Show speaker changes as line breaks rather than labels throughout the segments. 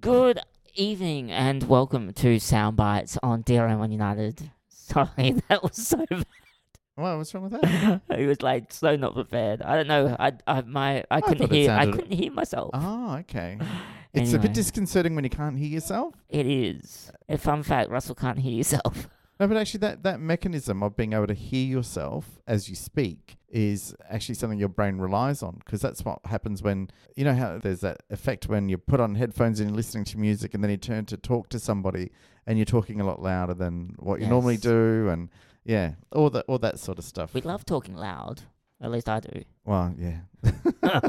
Good evening and welcome to Soundbites on DRM1 United. Sorry, that was so
Wow, what's wrong with that?
bad. It was like so not prepared. I don't know. I, I my I couldn't
thought it
hear I
sounded-
couldn't hear myself.
Oh, okay. It's a
Anyway.
bit disconcerting when you can't hear yourself.
It is. A fun fact, Russell can't hear yourself.
No, but actually, that, that mechanism of being able to hear yourself as you speak is actually something your brain relies on because that's what happens when, you know, how there's that effect when you put on headphones and you're listening to music and then you turn to talk to somebody and you're talking a lot louder than what you normally
Yes.
do. And yeah, all that, all that sort of stuff.
We love talking loud. At least I do.
well, yeah.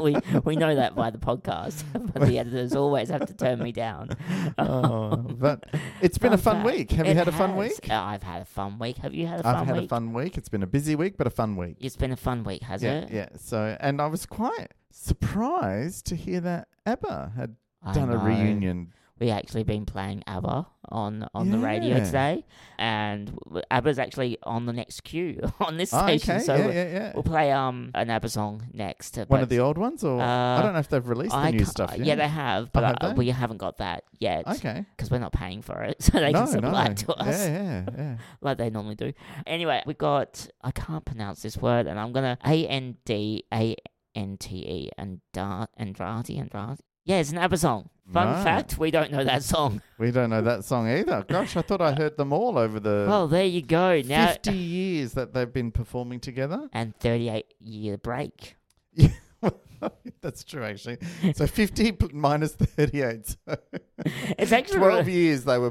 we we know that by the podcast. but the editors always have to turn me down.
Oh, but it's been a
Fun
fun
fact.
week. Have you
It
had a fun
has.
week?
Uh, I've had a fun week. Have you had a fun
I've had
week?
a fun week. It's been a busy week, but a fun week.
It's been a fun week, has
yeah,
it?
yeah. So, and I was quite surprised to hear that ABBA had
I
done a
know.
reunion.
We actually been playing ABBA on on the radio
Yeah.
today, and w- ABBA's actually on the next queue on this
Oh,
station.
okay,
So
yeah,
we-
yeah, yeah.
we'll play um an ABBA song next. uh,
One
but
of the old ones, or
Uh,
I don't know if they've released the
I
new
can't-
stuff. Oh,
Yeah, they have, but
have
uh,
they?
we haven't got that yet because
okay.
we're not paying for it, so they
no,
can supply
no.
it to us.
Yeah, yeah, yeah.
like they normally do. Anyway, we got I can't pronounce this word, and I'm gonna A N D A N T E and Dart Andrade Andrade. Yeah, it's an ABBA song. Fun
Right.
fact: we don't know that song.
We don't know that song either. Gosh, I thought I heard them all over the
well, Oh, there you go. Now
Uh, fifty years that they've been performing together.
and 38 year break.
That's true, actually. So fifty pl- minus thirty-eight, so
It's actually
twelve
really,
years they were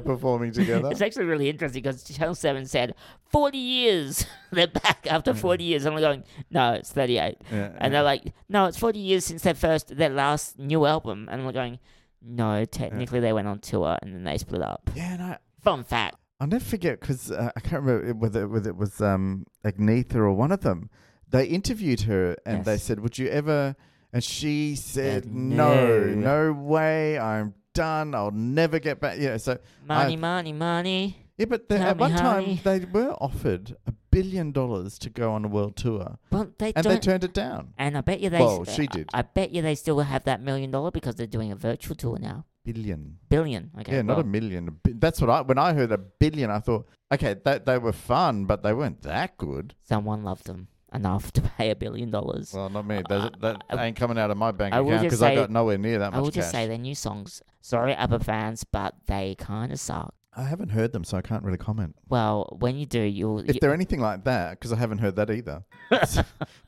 performing together.
it's actually really interesting because Channel Seven said 40 years. they're back after 40 years, and we're going, no, it's 38.
Yeah,
And
Mm. yeah.
they're like, no, it's 40 years since their first, their last new album. And we're going, no, technically they went on tour and then they split up.
yeah, and I,
Fun fact.
I'll never forget because uh, I can't remember it- whether whether it was um, Agnetha or one of them. They interviewed her and they
Yes.
said, "Would you ever?" And she said,
Said
"No,
no."
no way. I'm done. I'll never get back." You know, so
Money,
I-
money, money.
yeah, but they,
Tell
at
me,
one
honey.
time they were offered a billion dollars to go on a world tour,
But they
and
don't.
they turned it down.
and I bet you they.
Well,
s-
she did.
I bet you they still have that million dollar because they're doing a virtual tour now.
Billion.
Billion. Okay.
yeah, not
well,
a million. a bi- That's what I when I heard a billion, I thought, okay, that they were fun, but they weren't that good.
Someone loved them enough to pay a billion dollars.
Well, not me. That, that
I-
ain't coming out of my bank
I will
account
just
because I
say-
got nowhere near that
I
much
will just
cash.
say their new songs. Sorry, ABBA fans, but they kind of suck.
I haven't heard them, so I can't really comment.
Well, when you do, you'll.
If they're anything like that, because I haven't heard that either. So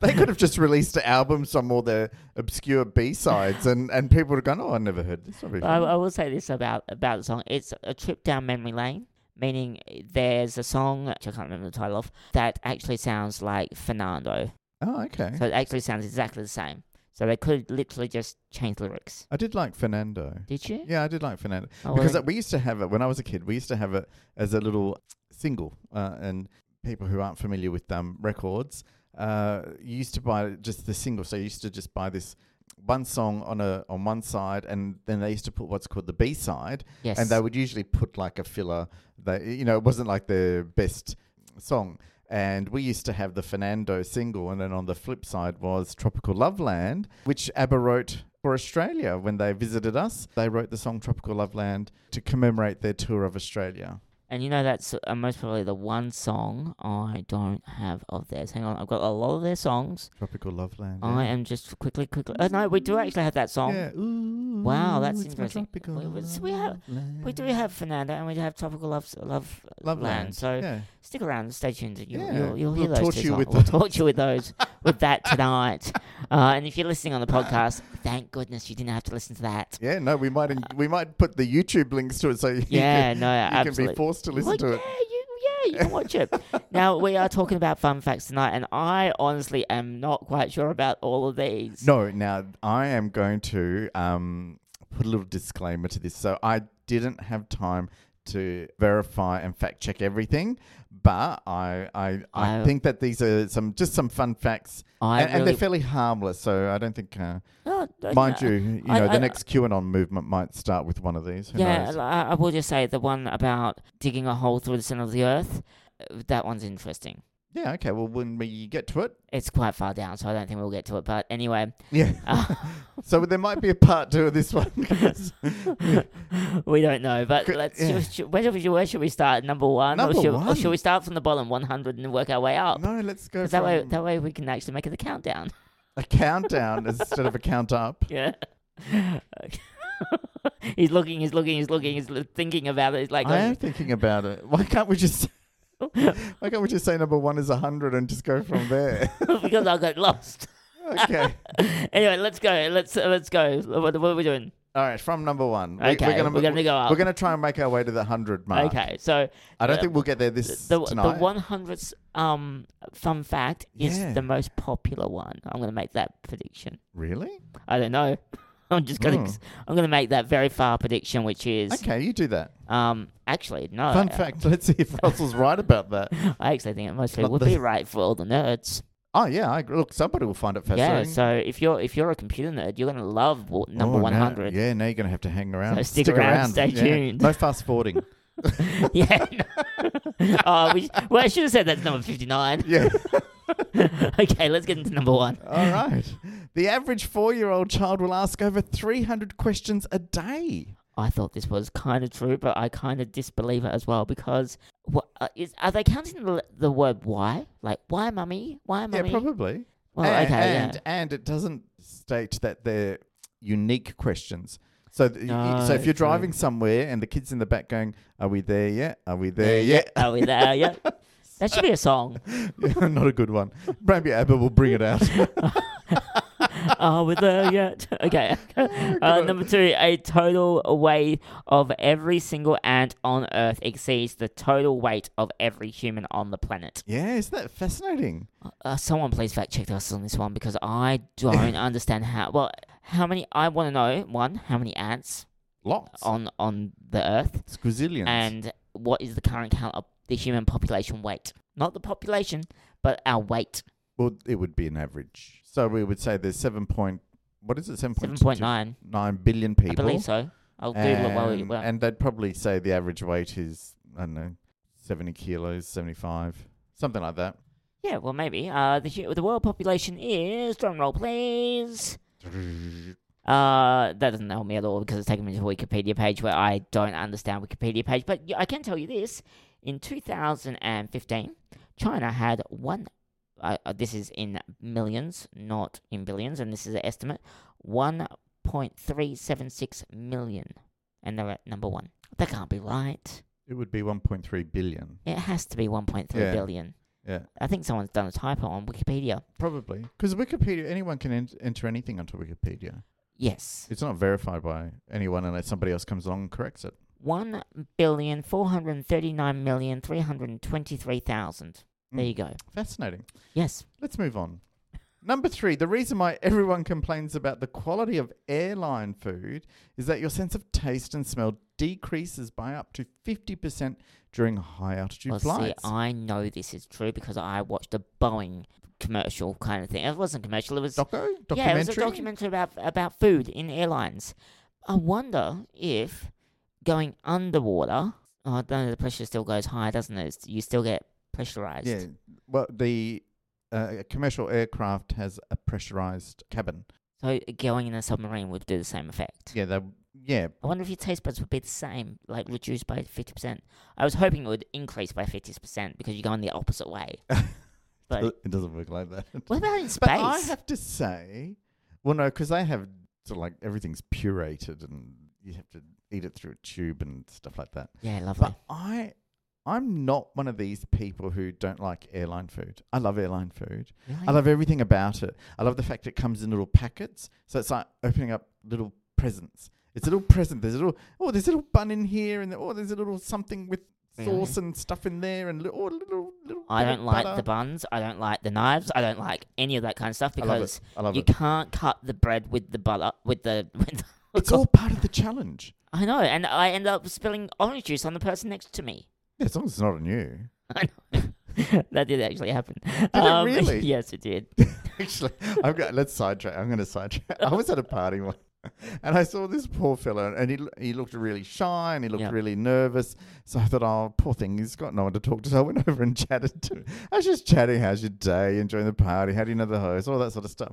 they could have just released albums on all their obscure B sides, and, and people would have gone, "Oh, I never heard this." That'd be
I,
fun."
I will say this about about the song: it's a trip down memory lane. Meaning, there's a song which I can't remember the title of that actually sounds like Fernando.
oh, okay.
So it actually sounds exactly the same. So they could literally just change the lyrics.
I did like Fernando.
Did you?
Yeah, I did like Fernando
Oh,
because
well,
we used to have it when I was a kid. We used to have it as a little single, uh, and people who aren't familiar with um, records uh, you used to buy just the single. So you used to just buy this one song on a on one side, and then they used to put what's called the B side,
yes.
and they would usually put like a filler. That you know, it wasn't like the best song. And we used to have the Fernando single, and then on the flip side was Tropical Loveland, which ABBA wrote for Australia when they visited us. They wrote the song Tropical Loveland to commemorate their tour of Australia.
And you know that's uh, most probably the one song I don't have of theirs. Hang on, I've got a lot of their songs.
Tropical Loveland.
I am just quickly, quickly. Oh no, we do actually have that song.
Yeah. Ooh,
Wow, that's
it's my
interesting.
tropical
We- we- so we have- We
Mm-hmm.
do have Fernando, and we do have Tropical Love Love
Loveland.
Land. So
yeah.
stick around and stay tuned. You'll,
Yeah,
you'll, you'll hear
we'll
those
torture
two
you
songs.
with
we'll
those.
torture you with those with that tonight. Uh, and if you're listening on the podcast, thank goodness you didn't have to listen to that.
Yeah, no, we might en- we might put the YouTube links to it so you
Yeah,
can,
no,
you
absolutely.
can be forced to listen
Well,
to
yeah,
it.
You, yeah, you can watch it. now we are talking about fun facts tonight, and I honestly am not quite sure about all of these.
No, now I am going to um, put a little disclaimer to this. So I didn't have time to verify and fact check everything, but I I, I,
I-
think that these are some just some fun facts,
I
and, and
really,
they're fairly harmless. So I don't think, uh,
No, no,
mind
no.
you, you know,
I- I-
the next QAnon movement might start with one of these. Who
Yeah,
knows?
I, I will just say the one about digging a hole through the center of the earth. uh, That one's interesting.
Yeah, okay. Well, when we get to it,
It's quite far down, so I don't think we'll get to it. But anyway,
yeah.
uh,
so there might be a part two of this one. 'cause-
we don't know. But
Could-
let's.
yeah.
Should, where, should we, where should we start? Number one,
Number
or, should,
one.
or should we start from the bottom, one hundred, and work our way up?
no, let's go
'Cause that way,
from
that way we can actually make it the countdown.
a countdown instead of a count up.
Yeah. he's looking. He's looking. He's looking. He's l- thinking about it. He's like,
I am thinking about it. Why can't we just? Why can't we just say number one is hundred and just go from there?
because I got lost.
okay.
anyway, let's go. Let's uh, let's go. What, what are we doing?
All right, from number one. We-
Okay, we're gonna go up.
We're gonna try and make our way to the hundred mark.
Okay, so
I don't
Yeah.
think we'll get there
th-
this
the
tonight.
the one hundredth um fun fact is
Yeah.
the most popular one. I'm gonna make that prediction.
really?
I don't know. I'm just gonna
Hmm.
I'm gonna make that very far prediction, which is
Okay, you do that.
um actually no.
Fun fact. Let's see if Russell's right about that.
I actually think it mostly
Not
would
the-
be right for all the nerds.
Oh yeah, I agree. look. Somebody will find it
yeah.
fascinating.
So if you're if you're a computer nerd, you're gonna love wa- number
Oh,
one hundred.
Now, yeah, now you're gonna have to hang around.
So stick around, stay
yeah.
tuned.
No fast forwarding.
Yeah. no. oh, we, well, I should have said that's number fifty nine.
yeah.
okay, let's get into number one.
All right. The average four-year-old child will ask over 300 questions a day.
I thought this was kind of true, but I kind of disbelieve it as well because what uh, is are they counting the, the word why? Like why, mummy? Why, mummy?
Yeah, probably.
Well,
and,
okay,
and,
yeah.
and it doesn't state that they're unique questions. So, th- y- y- so
No,
if
Ah, true.
you're driving somewhere and the kids in the back going, "Are we there yet? Are we there yet?"
Are we there? Yeah. That should be a song.
Yeah, Not a good one. Maybe Abba will bring it out.
Are we there yet? Okay.
Oh,
Uh, number two, a total weight of every single ant on Earth exceeds the total weight of every human on the planet.
yeah, isn't that fascinating?
Uh, someone please fact check us on this one because I don't understand how. Well, how many? I want to know one, how many ants
Lots.
on on the Earth,
Squazillions.
Oh. and what is the current count of the human population weight? Not the population, but our weight.
well, it would be an average. So we would say there's seven point. What is it? Seven
Seven point nine,
nine billion people.
I believe so. I'll Google it while we.
and,
Well,
and they'd probably say the average weight is I don't know, seventy kilos, seventy-five, something like that.
yeah, well, maybe. Uh, the hu- the world population is drum roll, please. Uh, that doesn't help me at all because it's taken me to a Wikipedia page where I don't understand Wikipedia page. But y- I can tell you this: in 2015, China had one. Uh, uh, this is in millions, not in billions, and this is an estimate: 1.376 million, and they're at number one. That can't be right.
It would be one point three billion.
It has to be 1.3 billion.
Yeah. Yeah,
I think someone's done a typo on Wikipedia.
probably because Wikipedia, anyone can en- enter anything onto Wikipedia.
Yes.
It's not verified by anyone unless somebody else comes along and corrects it.
one billion four hundred thirty nine million three hundred twenty three thousand. There
Mm.
you go.
Fascinating.
Yes.
Let's move on. Number three, the reason why everyone complains about the quality of airline food is that your sense of taste and smell decreases by up to 50% during high altitude
Well, see,
flights.
I know this is true because I watched a Boeing commercial kind of thing. It wasn't commercial. It was
Doco? Documentary?
yeah, it was a documentary about about food in airlines. I wonder if going underwater. Oh, no, the pressure still goes high, doesn't it? It's- You still get pressurized.
Yeah. Well, the uh, commercial aircraft has a pressurized cabin.
So going in a submarine would do the same effect.
Yeah, they yeah,
I wonder if your taste buds would be the same, like reduced by 50%. I was hoping it would increase by 50% because you're going the opposite way. but
it doesn't work like that.
what about in space?
But I have to say, well, no, because they have sort of like everything's purated and you have to eat it through a tube and stuff like that.
yeah, lovely.
But I, I'm not one of these people who don't like airline food. I love airline food.
Really?
I love everything about it. I love the fact it comes in little packets, so it's like opening up little presents. It's a little present. There's a little oh, there's a little bun in here, and oh, there's a little something with sauce and stuff in there, and li- oh, a little little.
I
bit of
don't like
butter.
the buns. I don't like the knives. I don't like any of that kind of stuff
uh, I love
because
it. I love
you
it.
can't cut the bread with the butter with the. With the
It's all part of the challenge.
I know, and I end up spilling orange juice on the person next to me.
Yeah, as long as it's not on you.
I know. that did actually happen. Did
it really?
Yes, it did.
Actually, I'm going let's sidetrack. I'm going to sidetrack. I was at a party once. And I saw this poor fellow, and he l- he looked really shy and he looked
Yeah.
really nervous. So I thought, oh, poor thing, he's got no one to talk to. So I went over and chatted to him. I was just chatting, how's your day? Enjoying the party? How do you know the host? All that sort of stuff.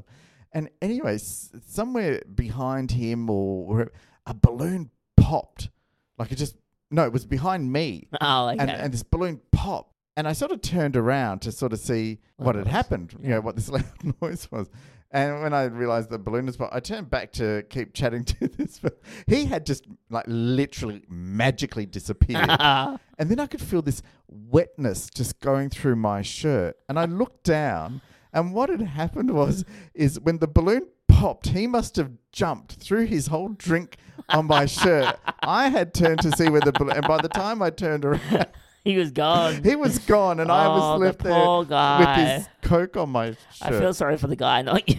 And anyway, s- somewhere behind him or where- a balloon popped. Like it just, no, it was behind me.
Oh, okay.
And, and this balloon popped. And I sort of turned around to sort of see
What
what
it
had
was.
happened, you
Yeah.
know, what this loud noise was. And when I realized the balloon was popped, I turned back to keep chatting to this. But he had just like literally magically disappeared. And then I could feel this wetness just going through my shirt. And I looked down, and what had happened was, is when the balloon popped, he must have jumped through his whole drink on my shirt. I had turned to see where the balloon, and by the time I turned around,
he was gone.
he was gone, and I
Oh,
was
the
left there
poor
with
guy.
his coke on my shirt.
I feel sorry for the guy, not you.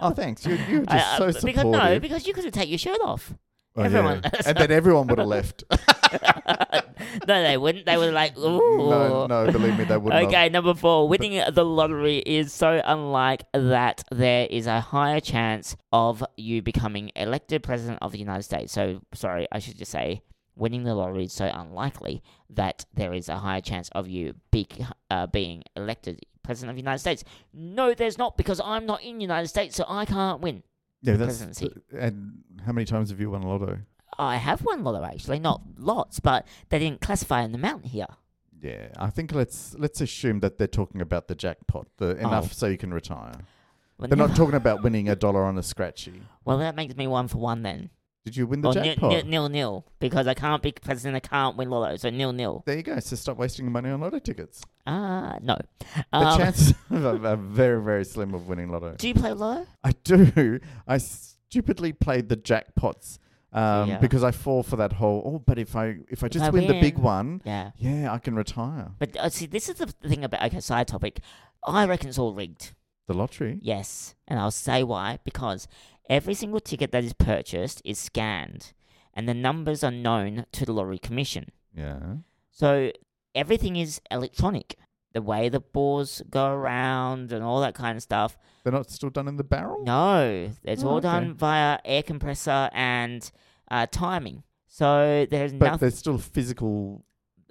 oh, thanks. You, you were just
I- I-
so
because, no,
supportive.
because you could have taken your shirt off.
Oh, yeah.
everyone-
and then everyone would have left.
no, they wouldn't. They were like, ooh.
no, no, believe me, they would not.
Okay, number four. Winning the lottery is so unlike that there is a higher chance of you becoming elected president of the United States. So, sorry, I should just say winning the lottery is so unlikely that there is a higher chance of you be, uh, being elected president of the United States. No, there's not because I'm not in the United States, so I can't win.
Yeah, that's.
presidency.
And how many times have you won lotto?
I have won lotto actually, not lots, but they didn't classify an amount here.
Yeah, I think let's let's assume that they're talking about the jackpot, the enough
Oh.
so you can retire.
Well,
They're not
never-
talking about winning a dollar on a scratchy.
well, that makes me one for one then.
Did you win the
or nil,
jackpot?
nil, nil, nil, because I can't be president, I can't win lotto, so nil, nil.
there you go. So stop wasting your money on lotto tickets.
Ah, no.
The
Um,
chances are are very very slim of winning lotto.
Do you play lotto?
I do. I stupidly played the jackpots um,
Yeah.
because I fall for that whole. Oh, but if I if I just
I
win the big
win."
one,
Yeah.
yeah, I can retire.
But uh, see, this is the thing about, okay, side topic. I reckon it's all rigged.
The lottery.
Yes. And I'll say why. Because every single ticket that is purchased is scanned, and the numbers are known to the lottery commission.
Yeah.
So everything is electronic. The way the balls go around and all that kind of stuff.
They're not still done in the barrel.
No, it's
Oh,
all
okay.
done via air compressor and uh, timing. So there's
But
nothing.
there's still physical.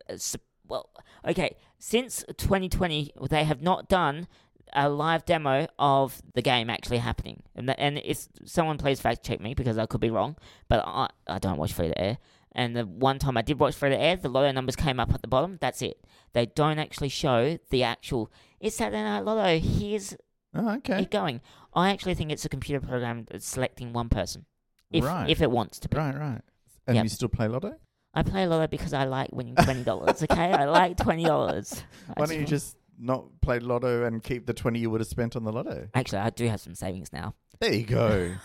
s uh, Well, okay. Since 2020, they have not done a live demo of the game actually happening. And, the, and if someone please fact check me because I could be wrong, but I, I don't watch Free to Air. And the one time I did watch Free to Air, the lotto numbers came up at the bottom. That's it. They don't actually show the actual. It's Saturday Night Lotto. Here's
Oh, okay.
it going. I actually think it's a computer program that's selecting one person. If,
Right.
if it wants to be.
Right, right. And
Yep.
you still play Lotto?
I play Lotto because I like winning twenty dollars, okay? I like twenty dollars.
Why don't you just not play Lotto and keep the 20 you would have spent on the Lotto?
Actually I do have some savings now.
There you go.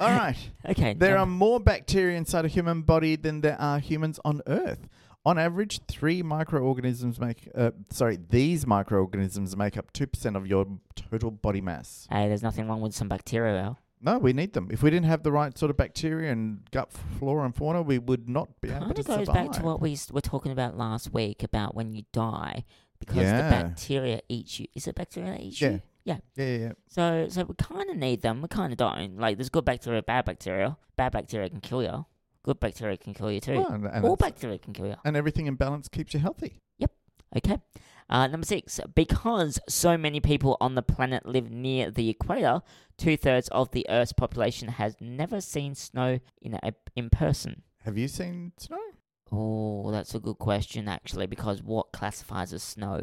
All right.
Okay.
There are
um,
more bacteria inside a human body than there are humans on Earth. On average, three microorganisms make, uh, sorry, these microorganisms make up 2% of your total body mass.
Hey, there's nothing wrong with some bacteria Al.
No, we need them. If we didn't have the right sort of bacteria and gut flora and fauna, we would not be able
Kind
to
of
survive.
goes back to what we s- were talking about last week about when you die because
Yeah.
the bacteria eats you. Is it bacteria that eats
Yeah.
you? Yeah.
yeah, yeah, yeah.
So so we kind of need them. We kind of don't. Like there's good bacteria, bad bacteria. Bad bacteria can kill you. Good bacteria can kill you too.
Well, and, and,
All
it's-
bacteria can kill you.
and everything in balance keeps you healthy.
Okay. Uh, number six, because so many people on the planet live near the equator, two thirds of the Earth's population has never seen snow in a, in person.
Have you seen snow?
Oh, that's a good question, actually, because what classifies as snow?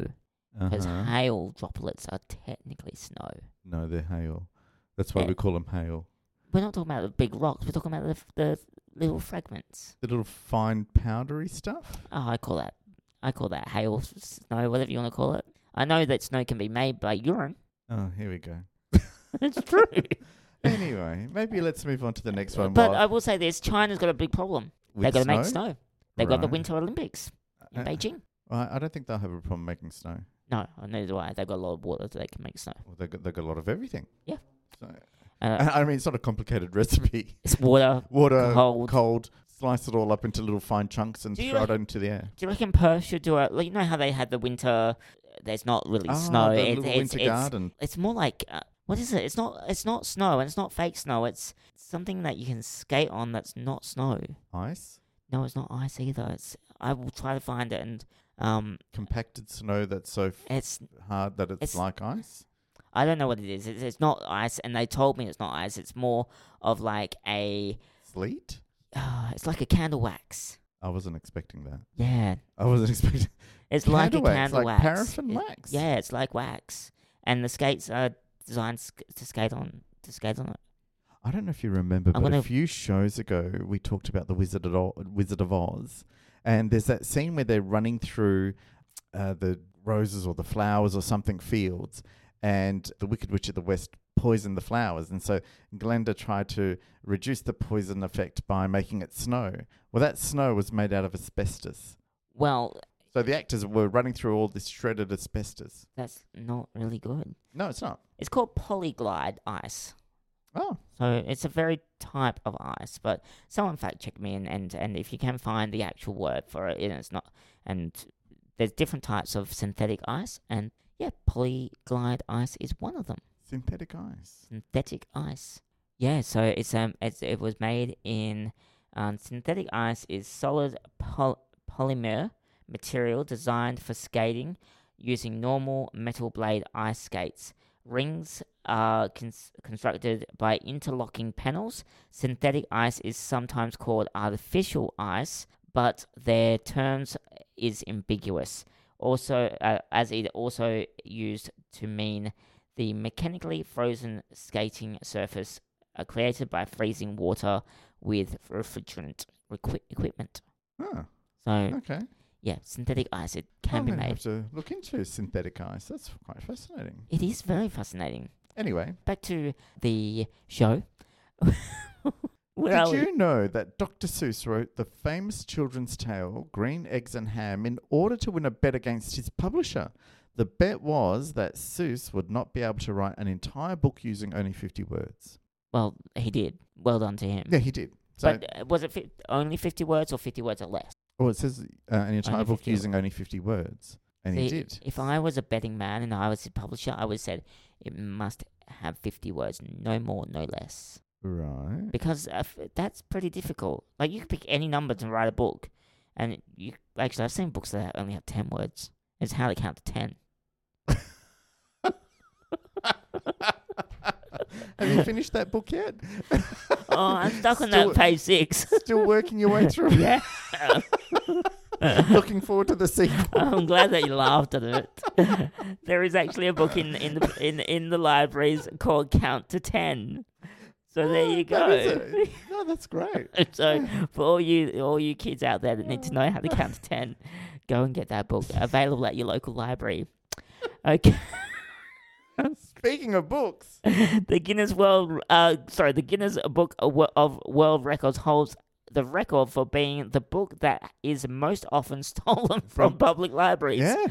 Uh-huh.
Because hail droplets are technically snow.
No, they're hail. That's why we call them hail.
We're not talking about the big rocks. We're talking about the, f- the little fragments.
The little fine powdery stuff.
Oh, I call that I call that hail s- snow, whatever you want to call it. I know that snow can be made by urine.
Oh, here we go.
it's true.
Anyway, maybe let's move on to the next one.
But
while-
I will say this: China's got a big problem. They've
with
got to make snow. They've got the
Right.
Winter Olympics in
Uh,
Beijing.
I, I don't think they'll have a problem making snow.
No, neither do I. They've got a lot of water that they can make snow.
Well, they've, got, they've got a lot of everything.
Yeah.
So,
Uh,
I I mean, it's not a complicated recipe.
it's water.
Water,
Cold.
cold. slice it all up into little fine chunks and
Do you
throw it
reckon-
into the air.
Do you reckon Perth should do it? Like, you know how they had the winter. There's not really
Ah,
snow.
the
It-
little
it's,
winter
it's,
garden.
it's more like uh, What is it? It's not. It's not snow, and it's not fake snow. It's something that you can skate on that's not snow.
Ice?
No, it's not ice either. It's. I will try to find it, and um,
Compacted snow that's so f-
it's.
hard that it's,
It's-
like ice?
I don't know what it is. It's, it's not ice, and they told me it's not ice. It's more of like a.
Sleet?
Uh, it's like a candle wax.
I wasn't expecting that.
Yeah,
I wasn't expecting.
it's like a
Candle wax,
candle
like
wax.
paraffin
It-
wax.
Yeah, it's like wax, and the skates are designed sk- to skate on to skate on it.
I don't know if you remember,
I'm
but a
gonna-
few shows ago we talked about the Wizard of Oz, Wizard of Oz, and there's that scene where they're running through uh, the roses or the flowers or something fields, and the Wicked Witch of the West poisoned the flowers, and so Glenda tried to reduce the poison effect by making it snow. Well, that snow was made out of asbestos,
Well,
so the actors were running through all this shredded asbestos.
that's not really good.
No, it's not.
It's called polyglide ice.
Oh,
So it's a very type of ice, but someone fact check me and, and, and if you can find the actual word for it, and it's not and there's different types of synthetic ice and yeah, polyglide ice is one of them.
synthetic ice.
Synthetic ice. Yeah, so it's um it's, it was made in um, synthetic ice is solid pol- polymer material designed for skating using normal metal blade ice skates. Rings are cons- constructed by interlocking panels. Synthetic ice is sometimes called artificial ice, but their terms is ambiguous. Also, uh, as it also used to mean the mechanically frozen skating surface are created by freezing water with refrigerant requi- equipment.
Oh,
So,
okay.
yeah, synthetic ice, it can
I'm
be
gonna
made.
Have to look into synthetic ice. That's quite fascinating.
It is very fascinating.
Anyway,
Back to the show. Where are
did
we?
you know that Dr. Seuss wrote the famous children's tale Green Eggs and Ham in order to win a bet against his publisher? The bet was that Seuss would not be able to write an entire book using only 50 words.
Well, he did. Well done to him.
Yeah, he did. So,
Mm. but uh, was it fi- only 50 words or 50 words or less?
oh, it says uh, an entire
Only
book
50
using only 50 words. And he
See,
did.
If I was a betting man and I was a publisher, I would have said it must have 50 words, no more, no less.
Right.
because uh, f- that's pretty difficult. Like you could pick any number to write a book, and you actually I've seen books that only have ten words. It's how they count to ten.
Have you finished that book yet?
Oh, I'm stuck on
Still-
that page six.
Still working your way through?
yeah,
Looking forward to the sequel.
I'm glad that you laughed at it. there is actually a book in in the in in the libraries called Count to Ten. So there you
Oh, That is
go.
it. no, that's great.
So for all you all you kids out there that need to know how to count to ten, go and get that book available at your local library. Okay.
Speaking of books,
the Guinness World, uh, sorry, the Guinness Book of Wo- of World Records holds the record for being the book that is most often stolen from,
From-
public libraries.
yeah,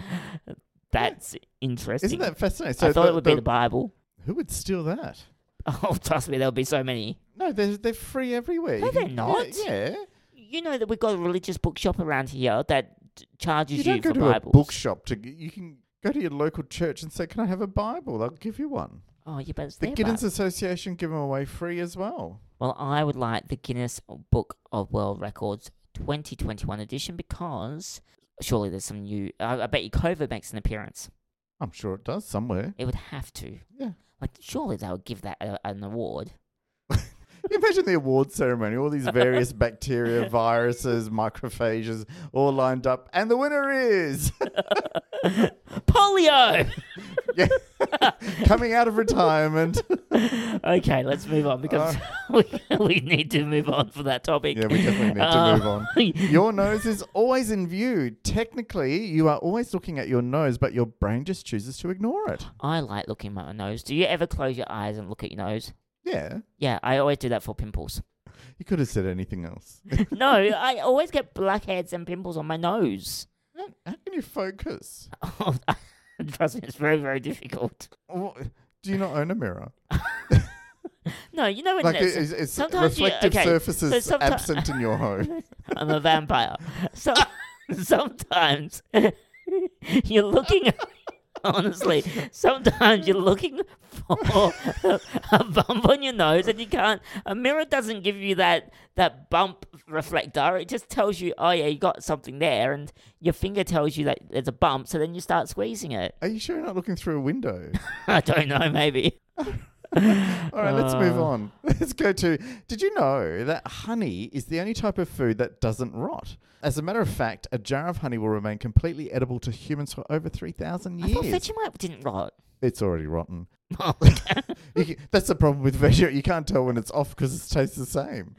That's interesting.
isn't that fascinating? So
I thought
the-
it would
the-
be the Bible.
who would steal that?
Oh, trust me, there'll be so many.
No, they're they're free everywhere.
No,
You
they're
can-
not.
Yeah, yeah.
You know that we've got a religious bookshop around here that t- charges
you
you,
don't go
for
to
Bibles.
a bookshop to. g- You can go to your local church and say, "Can I have a Bible?" They'll give you one.
Oh, yeah, but it's
The
their
Giddens
Bible.
Association give them away free as well.
Well, I would like the Guinness Book of World Records 2021 edition because surely there's some new. I, I bet you COVID makes an appearance.
I'm sure it does somewhere.
It would have to.
Yeah.
Like, surely they would give that a, an award.
Can you imagine the award ceremony, all these various bacteria, viruses, microphages, all lined up, and the winner is
Polio!
Yeah. coming out of retirement. Uh,
okay, let's move on because we, we need to move on for that topic.
Yeah, we definitely need to
Uh,
move on. Your nose is always in view. Technically, you are always looking at your nose, but your brain just chooses to ignore it.
I like looking at my nose. Do you ever close your eyes and look at your nose?
Yeah.
Yeah, I always do that for pimples.
You could have said anything else.
no, I always get blackheads and pimples on my nose. Oh,
How how can you focus?
Trust me, it's very, very difficult.
Wha- Do you not own a mirror?
No, you know when
Like,
it's-
is, is
sometimes you-
reflective
okay,
surfaces
so someti-
absent in your home?
I'm a vampire. So sometimes you're looking Honestly, sometimes you're looking for a bump on your nose and you can't. A mirror doesn't give you that that bump reflector. It just tells you, oh yeah, you got something there, and your finger tells you that there's a bump. So then you start squeezing it.
Are you sure you're not looking through a window?
I don't know, maybe.
All right, let's
Uh.
move on. Let's go to. Did you know that honey is the only type of food that doesn't rot? As a matter of fact, a jar of honey will remain completely edible to humans for over 3,000
I thought
years.
Vegemite didn't rot.
It's already rotten.
Oh,
You ca- that's the problem with veggie. You can't tell when it's off because it tastes the same.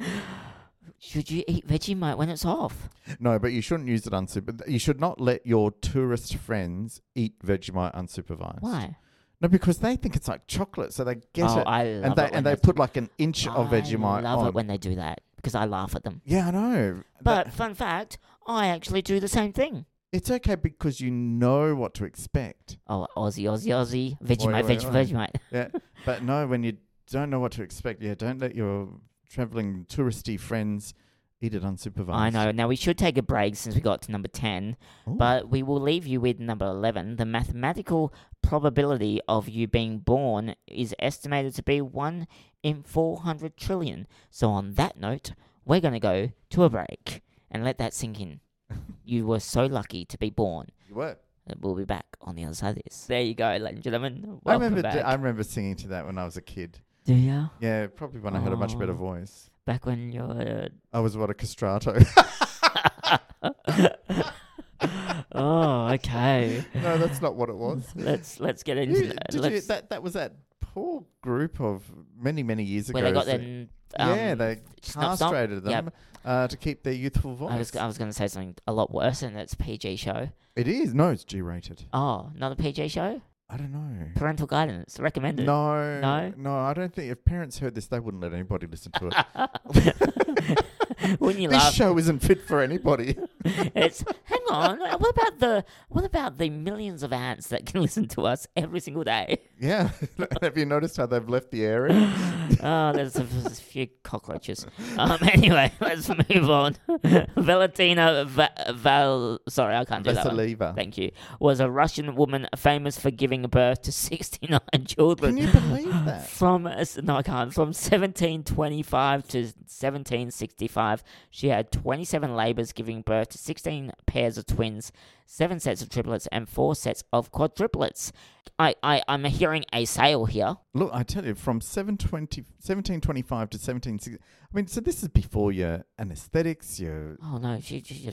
Should you eat Vegemite when it's off?
No, but you shouldn't use it unsupervised. You should not let your tourist friends eat Vegemite unsupervised.
Why?
No, because they think it's like chocolate, so they get
oh,
it.
I love
and they
it when
and they
that's-
put like an inch of Vegemite
I love
on.
it when they do that because I laugh at them.
yeah, I know.
But fun fact, I actually do the same thing.
It's okay because you know what to expect.
Oh, Aussie, Aussie, Aussie, Vegemite,
oi,
Veg,
oi.
Vegemite.
Yeah. but no, when you don't know what to expect, yeah, don't let your traveling touristy friends eat it unsupervised.
I know. Now we should take a break since we got to number ten,
Ooh.
but we will leave you with number eleven. The mathematical probability of you being born is estimated to be one in four hundred trillion. So on that note, we're gonna go to a break and let that sink in. you were so lucky to be born.
You were.
We'll be back on the other side of this. There you go, ladies and gentlemen. Welcome
I remember
back.
d- I remember singing to that when I was a kid.
Do ya?
Yeah, probably when I had a much better
Oh.
voice.
Back when you're. uh,
I was what a castrato.
oh, okay.
no, that's not what it was.
Let's let's get
You-
into
did
that.
you-
Let's,
that that was that poor group of many many years ago.
where they got
that-
their.
yeah,
um,
they
snop, snop.
castrated
Yep.
them uh, to keep their youthful voice.
I was I was going to say something a lot worse, and it's PG show.
It is no, it's G rated.
Oh, another PG show.
I don't know.
Parental guidance recommended.
No,
No?
no. I don't think if parents heard this, they wouldn't let anybody listen to it.
Wouldn't you
this
laugh?
show isn't fit for anybody.
It's hang on. uh, What about the what about the millions of ants that can listen to us every single day?
yeah. Have you noticed how they've left the area?
Oh, there's a, there's a few cockroaches. Um, anyway, let's move on. Valentina Va- Val. Sorry, I can't do that. One.
Vasilieva.
Thank you. Was a Russian woman famous for giving birth to 69 children.
Can you believe that?
From no, I can't. From 1725 to 1765, she had 27 labors, giving birth to 16 pairs of twins, seven sets of triplets, and four sets of quadruplets. I, I I'm hearing a sale here.
Look, I tell you, from 720, 1725 to 1760. I mean, so this is before your anesthetics, your
Oh no, she, she, she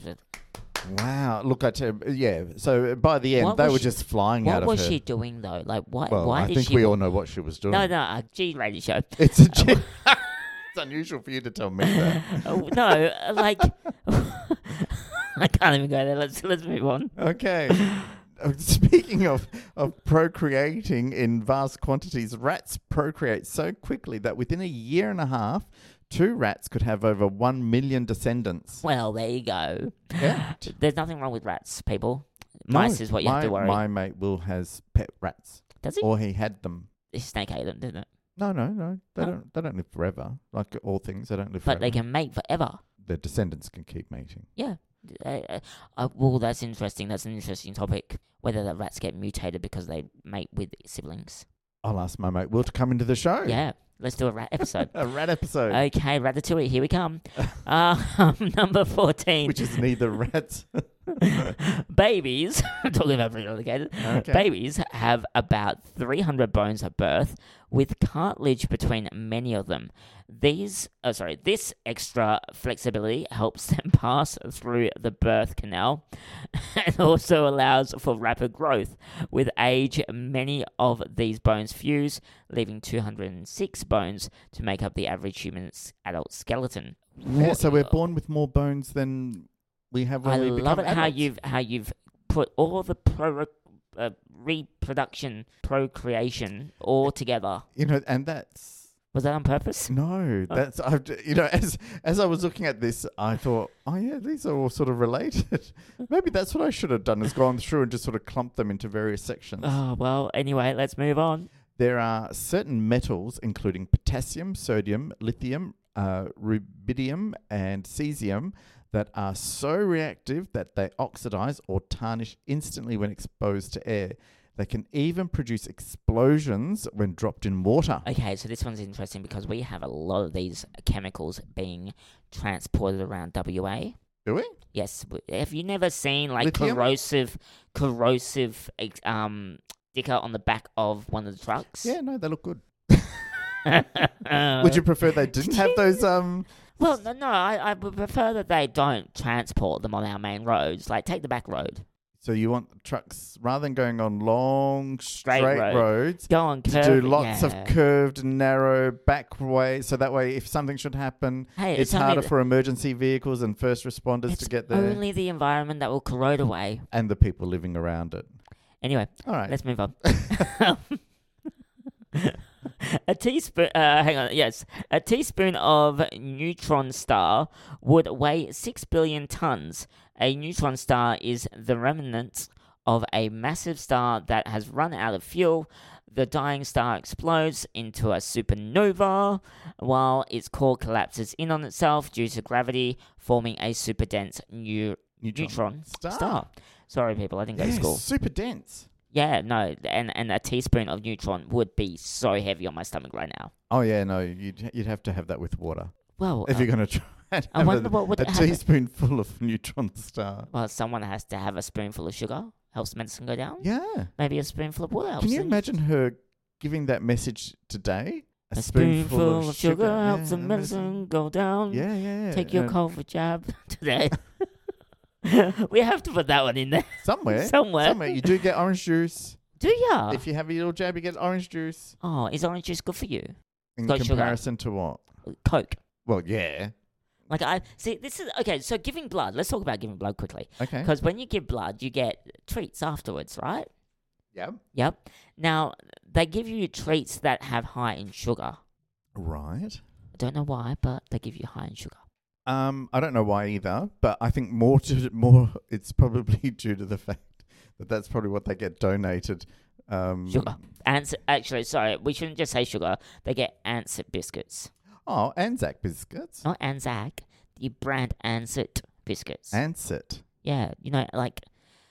Wow! Look, I tell yeah. So by the end,
What
they
was
were
she-
just flying out
What
of
was
her.
she doing though? Like why?
well,
why
I
did
think
she?
we all know what she was doing.
no, no, a G lady show.
It's a gen- it's unusual for you to tell me that.
Oh, no, uh, like I can't even go there. Let's let's move on.
Okay. Uh, Speaking of, of procreating in vast quantities, rats procreate so quickly that within a year and a half, two rats could have over one million descendants.
Well, there you go.
Yeah.
There's nothing wrong with rats, people.
No,
Mice is what you have to
my-
worry.
My mate Will has pet rats,
Does he?
or he had them.
It's snake ate them, didn't it?
No, no, no. They
Oh.
don't. They don't live forever. Like all things, they don't live
But
forever.
they can mate forever.
the descendants can keep mating.
Uh, uh, uh, well, that's interesting. That's an interesting topic. Whether the rats get mutated because they mate with siblings.
I'll ask my mate Will to come into the show.
Yeah, let's do a rat episode.
A rat episode,
okay, Ratatouille, here we come. uh, number 14.
which is neither rats.
babies, I'm talking about relocated,
Okay.
babies have about 300 bones at birth with cartilage between many of them. These, oh, sorry, this extra flexibility helps them pass through the birth canal and also allows for rapid growth. With age, many of these bones fuse, leaving 206 bones to make up the average human s- adult skeleton.
Yeah, so we're
What-
born with more bones than we have when
uh, I
we
love
become
it how
adults.
you've how you've put all the pro, uh, reproduction procreation all together.
You know, and that's
Was that on purpose?
no,
Oh.
that's I've d- you know as as I was looking at this, I thought, oh yeah, these are all sort of related. Maybe that's what I should have done is gone through and just sort of clumped them into various sections.
Oh well. Anyway, let's move on.
There are certain metals, including potassium, sodium, lithium, uh, rubidium, and cesium, that are so reactive that they oxidize or tarnish instantly when exposed to air. They can even produce explosions when dropped in water.
Okay, so this one's interesting because we have a lot of these chemicals being transported around WA.
Do we?
Yes, w- have you never seen like
Lithium?
corrosive, corrosive ex- um sticker on the back of one of the trucks?
Yeah, no, they look good.
Uh,
Would you prefer they didn't have those? Um,
Well, no, no I, I would prefer that they don't transport them on our main roads. Like, take the back road.
so you want trucks rather than going on long straight,
road.
roads
Go on,
to
curve.
do lots
yeah.
of curved, narrow back way. So that way, if something should happen,
Hey,
it's,
only
harder
the-
for emergency vehicles and first responders
it's
to get there,
Only the environment that will corrode away.
and the people living around it.
Anyway,
All right.
let's move on. a teaspoon. Uh, hang on. Yes, a teaspoon of neutron star would weigh six billion tons. A neutron star is the remnant of a massive star that has run out of fuel. The dying star explodes into a supernova while its core collapses in on itself due to gravity, forming a superdense new neutron
star.
star. Sorry, people, I didn't go
Yeah,
to school.
super dense.
Yeah, no, and and a teaspoon of neutron would be so heavy on my stomach right now.
Oh yeah, no, you'd you'd have to have that with water
Well,
if
uh,
you're going to try. And
I
have
wonder
a,
what would
a
happen.
teaspoonful of neutron star.
well, someone has to have a spoonful of sugar helps medicine go down.
Yeah.
Maybe a spoonful of water helps.
Can you
things-
imagine her giving that message today?
A spoonful, of sugar, helps the
Yeah,
medicine go down.
Yeah, yeah, yeah.
Take your
And
COVID jab today. we have to put that one in there
somewhere.
somewhere. Ah.
Somewhere you do get orange juice.
Do ya?
If you have a little jab, you get orange juice.
oh, is orange juice good for you?
In
got sugar.
comparison to what?
Coke.
Well, yeah.
Like I see, this is okay. So giving blood. Let's talk about giving blood quickly,
Okay.
because when you give blood, you get treats afterwards, right?
Yeah.
Yep. Now they give you treats that have high in sugar.
Right.
I don't know why, but they give you high in sugar.
Um, I don't know why either, but I think more to more. It's probably due to the fact that that's probably what they get donated. Um,
Sugar. Ants actually, sorry, we shouldn't just say sugar. They get Ansett biscuits,
Oh, Anzac biscuits.
not Anzac. The brand Ansett biscuits.
Ansett.
yeah, you know, like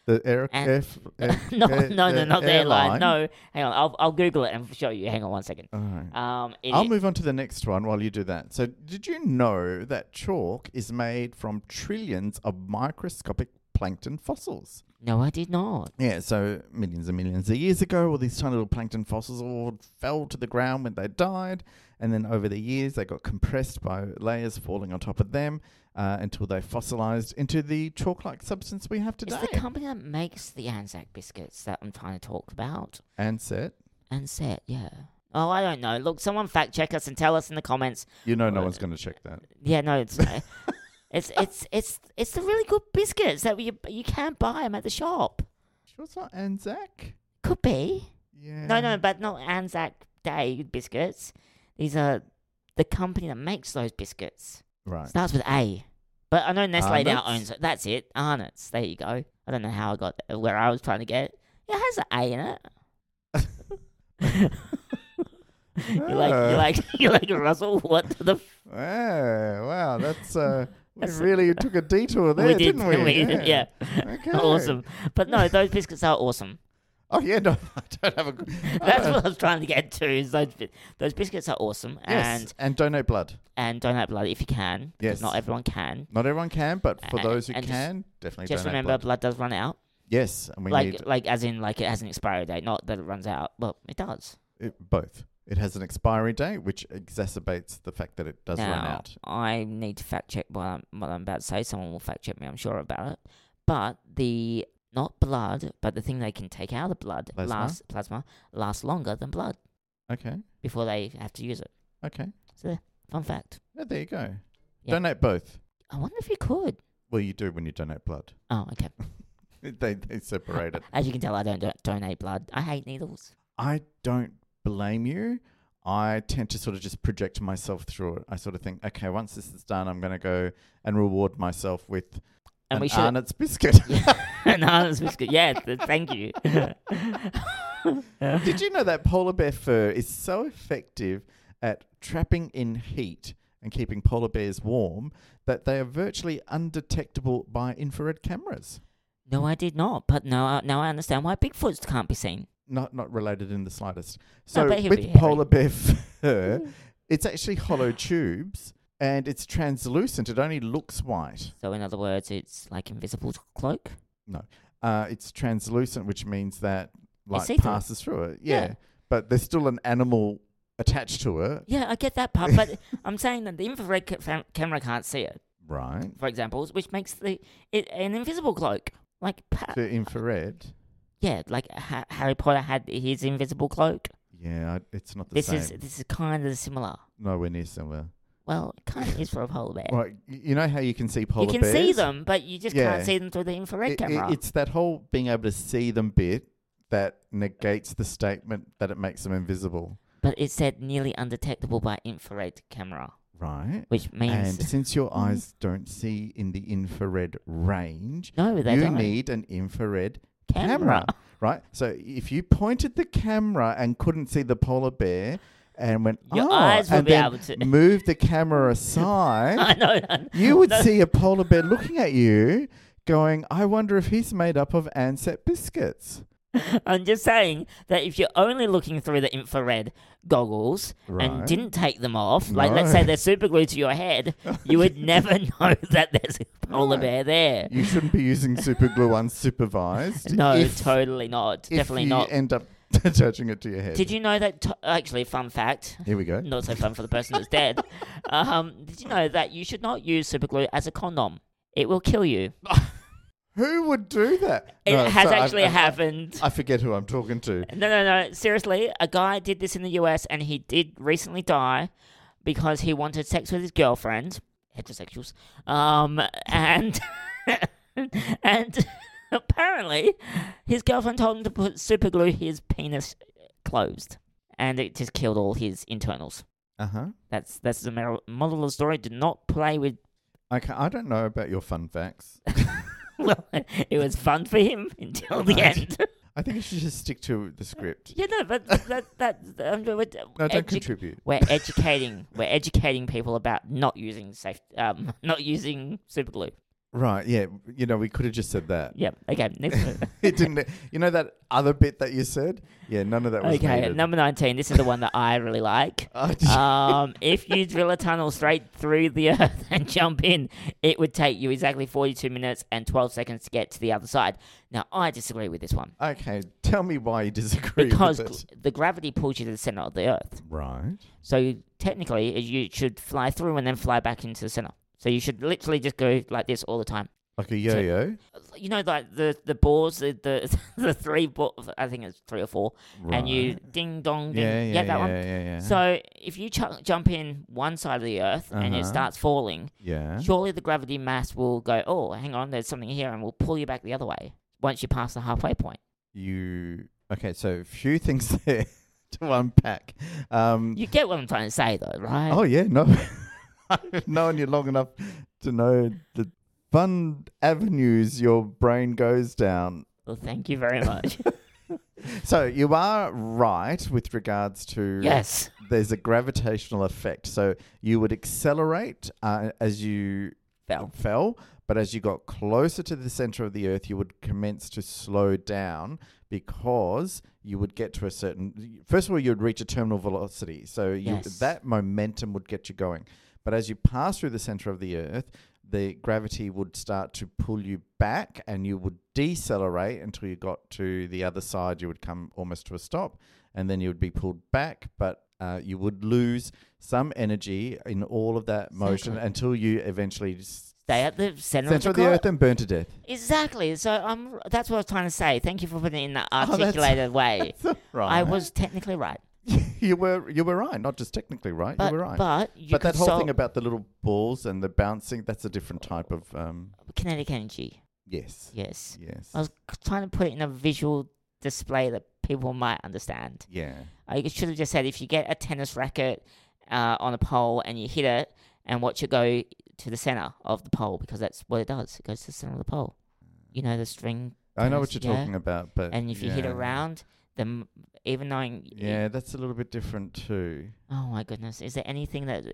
The air,
An-
air, air,
no,
air-
no, no,
air-
not the airline.
Uh, airline.
No, hang on, I'll I'll Google it and show you. Hang on one second.
All right.
Um, it
I'll
i-
move on to the next one while you do that. So, did you know that chalk is made from trillions of microscopic plankton fossils?
no, I did not.
Yeah, so millions and millions of years ago, all these tiny little plankton fossils all fell to the ground when they died. And then over the years, they got compressed by layers falling on top of them uh, until they fossilized into the chalk like substance we have today.
It's the company that makes the Anzac biscuits that I'm trying to talk about.
and set.
and set. Yeah. Oh, I don't know. Look, someone fact check us and tell us in the comments.
You know, no
Well,
one's going to check that.
Yeah, no, it's uh, it's it's it's it's the really good biscuits that you you can't buy them at the shop.
Sure, it's not Anzac?
Could be.
Yeah.
No, no, but not Anzac Day biscuits. These are the company that makes those biscuits.
Right.
Starts with A. But I know Nestle now
Arnott's?
owns it. That's it. Arnott's. There you go. I don't know how I got where I was trying to get it. It has an A in it. You're like,
Ah,
you're like, you're like, Russell, what the
Wow, wow, that's uh, we
That's-
really took a detour there,
we did,
didn't we?
yeah.
Okay.
awesome. But no, those biscuits are awesome.
Oh yeah, no, I don't have a. g- I
That's
don't-
what I was trying to get to. Is those bi- those biscuits are awesome,
yes,
and
and, donate blood.
and donate blood if you can. because
Yes.
Not everyone can.
Not everyone can, but for
A-
those who
and just-
can, definitely
Just
donate
remember, blood
blood.
does run out.
Yes, and we
like
need
like as in like it has an expiry date. Not that it runs out, but it does.
it, both. It has an expiry date, which exacerbates the fact that it does
now,
run out.
I need to fact check what I'm, what I'm about to say. Someone will fact check me. I'm sure about it. But the not blood, but the thing they can take out of the blood
Plasma?
lasts plasma lasts longer than blood
Okay,
before they have to use it.
okay.
Fun fact.
Yeah, there you go.
Yeah.
Donate both.
I wonder if you could.
Well, you do when you donate blood.
Oh, okay.
They they separate it.
As you can tell, I don't do- donate blood. I hate needles.
I don't blame you. I tend to sort of just project myself through it. I sort of think, okay, once this is done, I'm going to go and reward myself with
And
an
we should.
Arnott's biscuit.
an Arnott's biscuit. Yeah, th- thank you.
Did you know that polar bear fur is so effective at trapping in heat and keeping polar bears warm that they are virtually undetectable by infrared cameras?
no, I did not. But now, I- now I understand why Bigfoots can't be seen.
Not not related in the slightest. So
but he'll be
with
hairy.
polar bear fur, it's actually hollow tubes and it's translucent. It only looks white.
So in other words, it's like invisible cloak.
Uh, it's translucent, which means that light
see-through.
passes through it. Yeah.
Yeah.
But there's still an animal attached to it.
Yeah, I get that part, but I'm saying that the infrared ca- fam- camera can't see it,
Right.
for example, which makes the it an invisible cloak. Like, pa-
The infrared.
yeah, like ha- Harry Potter had his invisible cloak.
Yeah, I- it's not the
This
same.
is this is kind of similar.
Nowhere near similar.
Well, it kind of is for a polar bear.
Right. y- You know how you can see polar
you can
bears?
see them, but you just
Yeah.
can't see them through the infrared
It- it-
camera.
it's that whole being able to see them bit that negates the statement that it makes them invisible.
but it said nearly undetectable by infrared camera,
Right.
which means
And since your
Mm-hmm.
eyes don't see in the infrared range,
no, they
you
don't.
need an infrared
camera.
camera, right? So if you pointed the camera and couldn't see the polar bear and went,
Your
"Oh,"
eyes will
and
be
then
able to. Uh-huh.
moved the camera aside,
I know. no,
you would
no.
see a polar bear looking at you going, I wonder if he's made up of Ansett biscuits.
I'm just saying that if you're only looking through the infrared goggles
Right.
and didn't take them off, like let's
No.
say they're super glued to your head, you would never know that there's a polar
No.
bear there.
You shouldn't be using super glue unsupervised.
No,
if,
totally not.
if
Definitely
you
not.
end up attaching it to your head.
Did you know that? To- actually, fun fact.
Here we go.
Not so fun for the person that's dead. Um, did you know that you should not use super glue as a condom? It will kill you.
Who would do that?
It
No,
has
sorry, I-
actually
I-
happened.
I forget who I'm talking to.
No, no, no. Seriously, a guy did this in the US and he did recently die because he wanted sex with his girlfriend, heterosexuals. Um, and and apparently his girlfriend told him to put super glue his penis closed and it just killed all his internals.
Uh huh.
That's that's the moral moral of the story. Do not play with
I, ca- I don't know about your fun facts.
well, it was fun for him until the
Right.
end.
I think you should just stick to the script.
yeah, no, but that that, um, but-
No, don't
edu-
contribute.
we're educating we're educating people about not using safe um not using super glue
Right, yeah. You know, we could have just said that.
yep okay next one.
It didn't. e-, You know that other bit that you said? Yeah, none of that was
okay
needed. Oh,
number 19 this is the one that i really like
I just-
um if you drill a tunnel straight through the earth and jump in it would take you exactly 42 minutes and 12 seconds to get to the other side now i disagree with this one
okay, tell me why you disagree
because
with
gl-
it.
the gravity pulls you to the center of the earth
Right.
so technically you should fly through and then fly back into the center so you should literally just go like this all the time
Like a yo-yo.
you know, like the the balls, the the, the three ball, I think it's three or four,
Right.
and you ding dong, ding,
Yeah, yeah, yeah,
that
yeah,
one.
yeah, yeah.
So if you chuck jump in one side of the earth and
Uh-huh.
it starts falling,
yeah.
surely the gravity mass will go. Oh, hang on, there's something here, and will pull you back the other way once you pass the halfway point.
You... Okay, so few things there to unpack. Um,
You get what I'm trying to say, though, right?
Oh yeah, no, I've known you long enough to know the fun avenues your brain goes down.
Well, thank you very much.
So you are right with regards to
yes,
There's a gravitational effect, so you would accelerate uh, as you
fell.
fell, but as you got closer to the center of the Earth, you would commence to slow down because you would get to a certain. First of all, you would reach a terminal velocity, so you,
Yes.
that momentum would get you going. But as you pass through the center of the Earth, the gravity would start to pull you back, and you would decelerate until you got to the other side. You would come almost to a stop, and then you would be pulled back, but uh, you would lose some energy in all of that motion
Exactly.
until you eventually s-
Stay at the center,
center of the
gro-
earth and burn to death.
Exactly. So I'm. That's what I was trying to say. Thank you for putting it in that
Oh, that's-
articulated way.
right.
I was technically right.
you were you were right, not just technically right.
But,
you were right.
but, you
But that
could
whole
sol-
thing about the little balls and the bouncing—that's a different type of. Um,
kinetic energy.
yes.
Yes,
Yes.
I was c- trying to put it in a visual display that people might understand.
yeah.
I should have just said if you get a tennis racket uh, on a pole and you hit it and watch it go to the center of the pole because that's what it does. It goes to the center of the pole. You know the string,
I know
Tennis,
what you're
yeah.
talking about, but
and if you hit
yeah.
a round, then even knowing.
yeah, that's a little bit different too.
oh my goodness! Is there anything that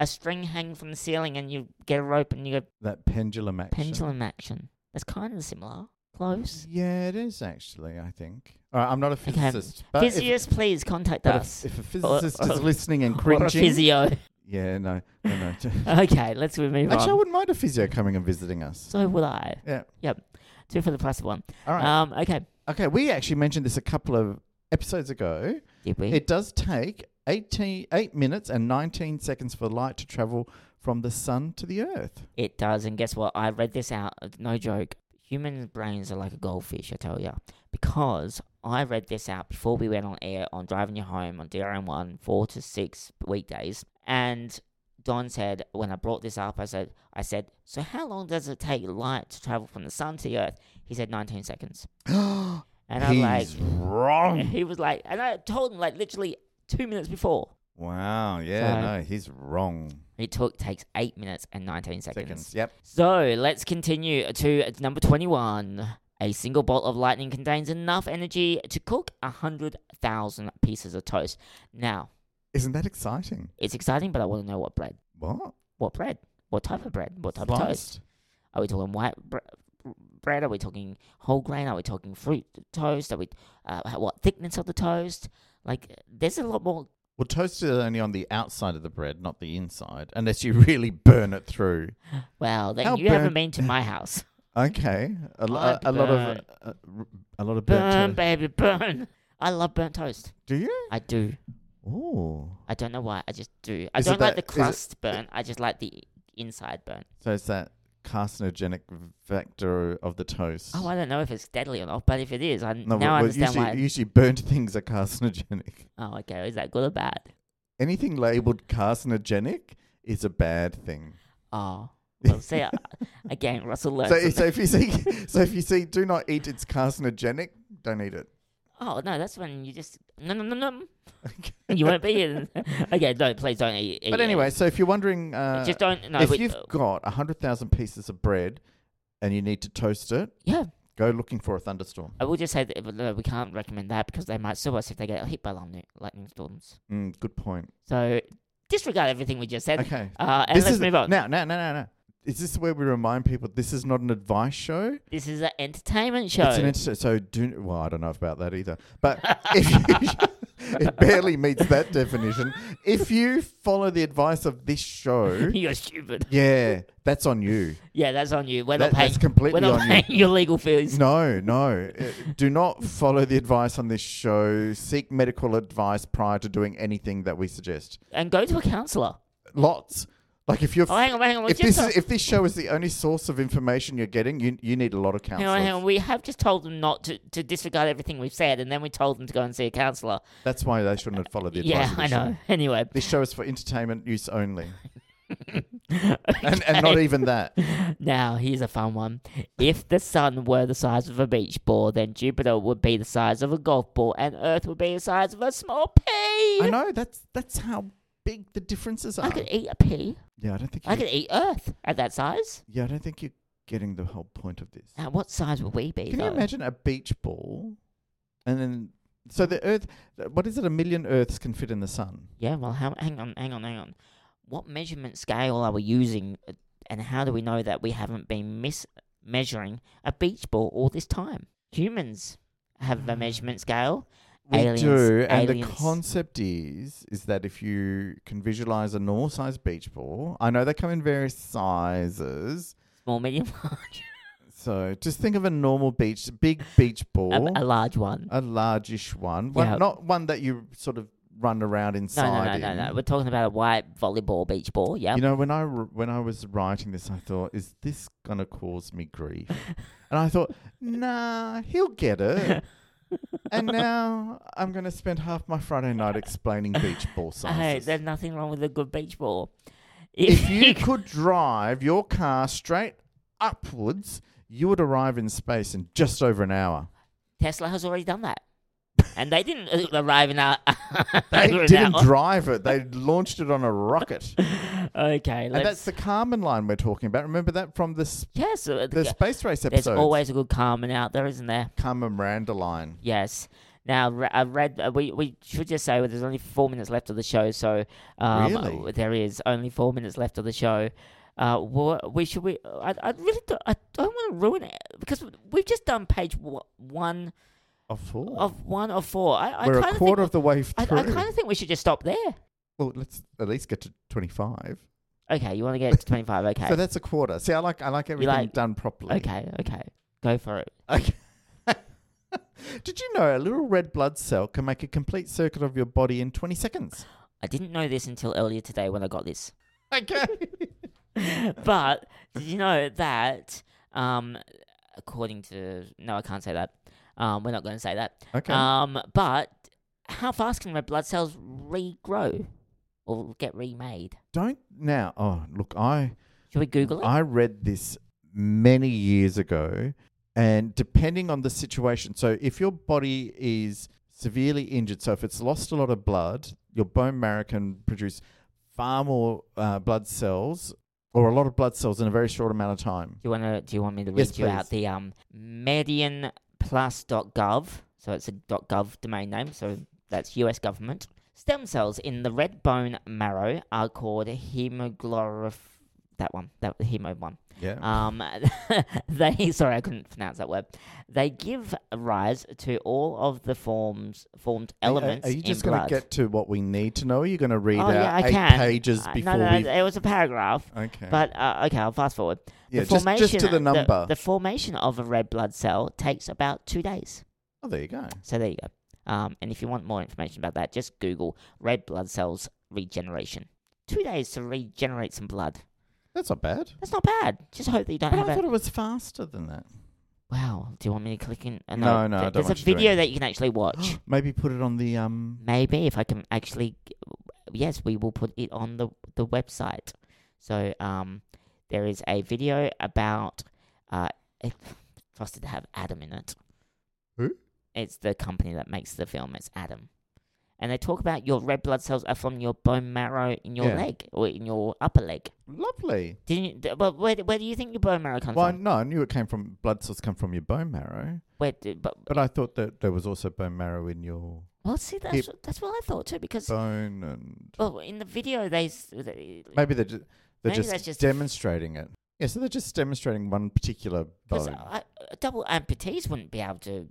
a string hanging from the ceiling and you get a rope and you go
That pendulum action.
pendulum action? That's kind of similar. Close.
Yeah, it is actually. I think. All right, I'm not a
Okay.
physicist, but, if,
Physios, please contact
but
us.
if, if a physicist
or-
is listening and
Or a
cringing,
physio.
yeah, no, no, no.
Okay, let's move
Actually, I
on.
wouldn't mind a physio coming and visiting us.
So would I.
Yeah.
Yep. Two for the plus one.
All right.
Um. Okay.
okay, we actually mentioned this a couple of episodes ago.
Did we?
It does take 18, 8 minutes and 19 seconds for light to travel from the sun to the earth.
It does, and guess what? I read this out. uh, No joke. Human brains are like a goldfish, I tell ya. Because I read this out before we went on air on driving you home on DRM1, four to six weekdays, and Don said when I brought this up, I said, I said, so how long does it take light to travel from the sun to the earth? He said 19 seconds, and I'm like,
He's wrong.
he was like, and I told him like literally two minutes before.
Wow, yeah,
So-
no, he's wrong.
It took takes eight minutes and 19 seconds.
Seconds, yep.
So let's continue to number 21. A single bolt of lightning contains enough energy to cook 100,000 pieces of toast. Now,
Isn't that exciting?
it's exciting, but I want to know what bread.
What?
What bread? What type of bread? What type of toast?
Sliced?
Are we talking white bre- bread? Are we talking whole grain? Are we talking fruit toast? Are we, uh, what thickness of the toast? Like, there's a lot more.
Well, toast is only on the outside of the bread, not the inside, unless you really burn it through.
Well, then
How
you haven't
burnt-
been to my house.
Okay, a, lo-
I
a, a lot of
burn.
a, a lot of burnt.
Burn,
toast.
baby, burn. I love burnt toast.
Do you?
I do.
Oh,
I don't know why. I just do. I
Is it
don't like
that-
the
is it-
crust burn. I just like the inside burn.
so it's that carcinogenic vector of the toast.
Oh, I don't know if it's deadly or not, but if it is, I
No,
now I
well,
understand
usually,
why.
usually burnt things are carcinogenic.
Oh, okay. Is that good or bad?
Anything labelled carcinogenic is a bad thing.
Oh, well, see, I- again, Russell learns.
So,
something.
so if you see, so if you see, do not eat. It's carcinogenic. Don't eat it.
oh no, that's when you just no no no no. You won't be here. okay, no, please don't eat. eat
But
it.
anyway, so if you're wondering, uh,
just don't. No,
if
we-
you've got hundred thousand pieces of bread and you need to toast it,
yeah,
go looking for a thunderstorm.
I will just say that no, we can't recommend that because they might sue us if they get hit by lightning, lightning storms.
Mm, good point.
So disregard everything we just said.
Okay,
Uh, and let's
is
move on.
now. No, no, no, no. Is this where we remind people this is not an advice show?
This is an entertainment show.
It's an inter- so do well. I don't know about that either, but if you, it barely meets that definition. If you follow the advice of this show,
You're stupid.
yeah, that's on you.
Yeah, that's on you. We're
That-
not paying.
that's completely
we're not
on
paying
you.
your legal fees.
No, no. Uh, Do not follow the advice on this show. Seek medical advice prior to doing anything that we suggest.
And go to a counsellor.
Lots. Like if you're,
Oh, hang on, hang on. we
if
just
this
told-
is, if this show is the only source of information you're getting, you you need a lot of
hang on, hang
counselors.
on. We have just told them not to, to disregard everything we've said, and then we told them to go and see a counsellor.
That's why they shouldn't follow the advice.
Yeah,
of
I
this
know.
show.
Anyway,
This show is for entertainment use only, and and not
Okay.
even that.
now here's a fun one. If the sun were the size of a beach ball, then Jupiter would be the size of a golf ball, and Earth would be the size of a small pea.
I know that's that's how big the differences
I
are.
could eat a pea.
Yeah, I don't think.
I
You,
could eat Earth at that size.
yeah, I don't think you're getting the whole point of this.
Now, what size would we be?
Can
though?
you imagine a beach ball, and then so the Earth? What is it? A million Earths can fit in the sun.
Yeah, well, how, hang on, hang on, hang on. What measurement scale are we using, uh, and how do we know that we haven't been mis- measuring a beach ball all this time? Humans have a
Mm.
measurement scale.
We
Aliens-
do, and
aliens.
the concept is is that if you can visualize a normal-sized beach ball, I know they come in various sizes.
Small, medium, large.
So just think of a normal beach, big beach ball, Uh,
A, a large one.
a largish one, one
Yeah.
not one that you sort of run around
No, no,
inside.
no, no,
in.
no. We're talking about a white volleyball beach ball. Yeah.
You know, when I r- when I was writing this, I thought, is this gonna cause me grief? and I thought, nah, he'll get it. and now I'm gonna spend half my Friday night explaining beach ball
hey,
sizes.
there's nothing wrong with a good beach ball.
if you could drive your car straight upwards, you would arrive in space in just over an hour.
Tesla has already done that, and they didn't uh, arrive in our.
They
in our-
didn't drive it; they launched it on a rocket.
Okay,
and
let's.
that's the Carmen line we're talking about. Remember that from the s-
yes, uh,
the space race
there's
episode.
always a good Carmen out there, isn't there?
Carmen Miranda line.
Yes. Now re- I read. Uh, we we should just say well, there's only four minutes left of the show, so um,
Really?
there is only four minutes left of the show. Uh, wha- we should we? I, I really do, I don't want to ruin it because we've just done page wa- one
Of four.
of one of four. I, I
We're
kinda
a quarter
think,
of the way through.
I, I kind of think we should just stop there.
Well, let's at least get to twenty-five.
Okay, you want to get to twenty five? Okay,
So that's a quarter. See, I like I like everything
like-
done properly.
okay, okay. Go for it.
Okay. Did you know a little red blood cell can make a complete circuit of your body in 20 seconds?
I didn't know this until earlier today when I got this.
Okay.
but did you know that um according to no i can't say that um we're not going to say that
Okay.
um but how fast can red blood cells regrow or get remade
Don't now. Oh, look, I
should we google it
I read this many years ago and depending on the situation. So if your body is severely injured, so if it's lost a lot of blood, your bone marrow can produce far more uh, blood cells or a lot of blood cells in a very short amount of time.
do you want to do you want me to read
Yes,
you out
please.
the um medianplus.gov so it's a .gov domain name so that's us government stem cells in the red bone marrow are called hemoglorif that one that hemo one
Yeah.
Um, they sorry, I couldn't pronounce that word. They give rise to all of the forms formed
Are- are-
elements
uh, Are you just
in
going
blood.
to get to what we need to know? Or are you going to read
oh
out
yeah, I
eight
can.
pages
Uh,
before
no, no,
we?
it was a paragraph.
Okay.
But uh, okay, I'll fast forward.
yeah,
the
just,
formation, uh,
just to the number.
The, formation of a red blood cell takes about two days.
oh, there you go.
So there you go. Um, and if you want more information about that, just Google red blood cells regeneration. Two days to regenerate some blood.
That's not bad.
That's not bad. Just hope that you don't
But I
have a
thought it was faster than that.
Wow. Do you want me to click in? uh,
No, no, I
th-
don't
There's a
want you doing
video
it.
that you can actually watch.
Maybe put it on the um.
Maybe if I can actually, yes, we will put it on the the website. So um, there is a video about uh, it trusted to have Adam in it.
Who?
It's the company that makes the film. It's Adam, and they talk about your red blood cells are from your bone marrow in your
Yeah.
leg or in your upper leg.
Lovely.
Didn't you? th- But where, where do you think your bone marrow comes
Well,
from?
no, I knew it came from blood cells come from your bone marrow,
Where? Do, but
but I thought that there was also bone marrow in your
well, see, that's that's what I thought too because.
bone, and
Well, in the video, they. s- they
maybe they're just, they're
Maybe
just,
that's just-
demonstrating it. Yeah, so they're just demonstrating one particular
because
bone.
I- uh, double amputees wouldn't be able to.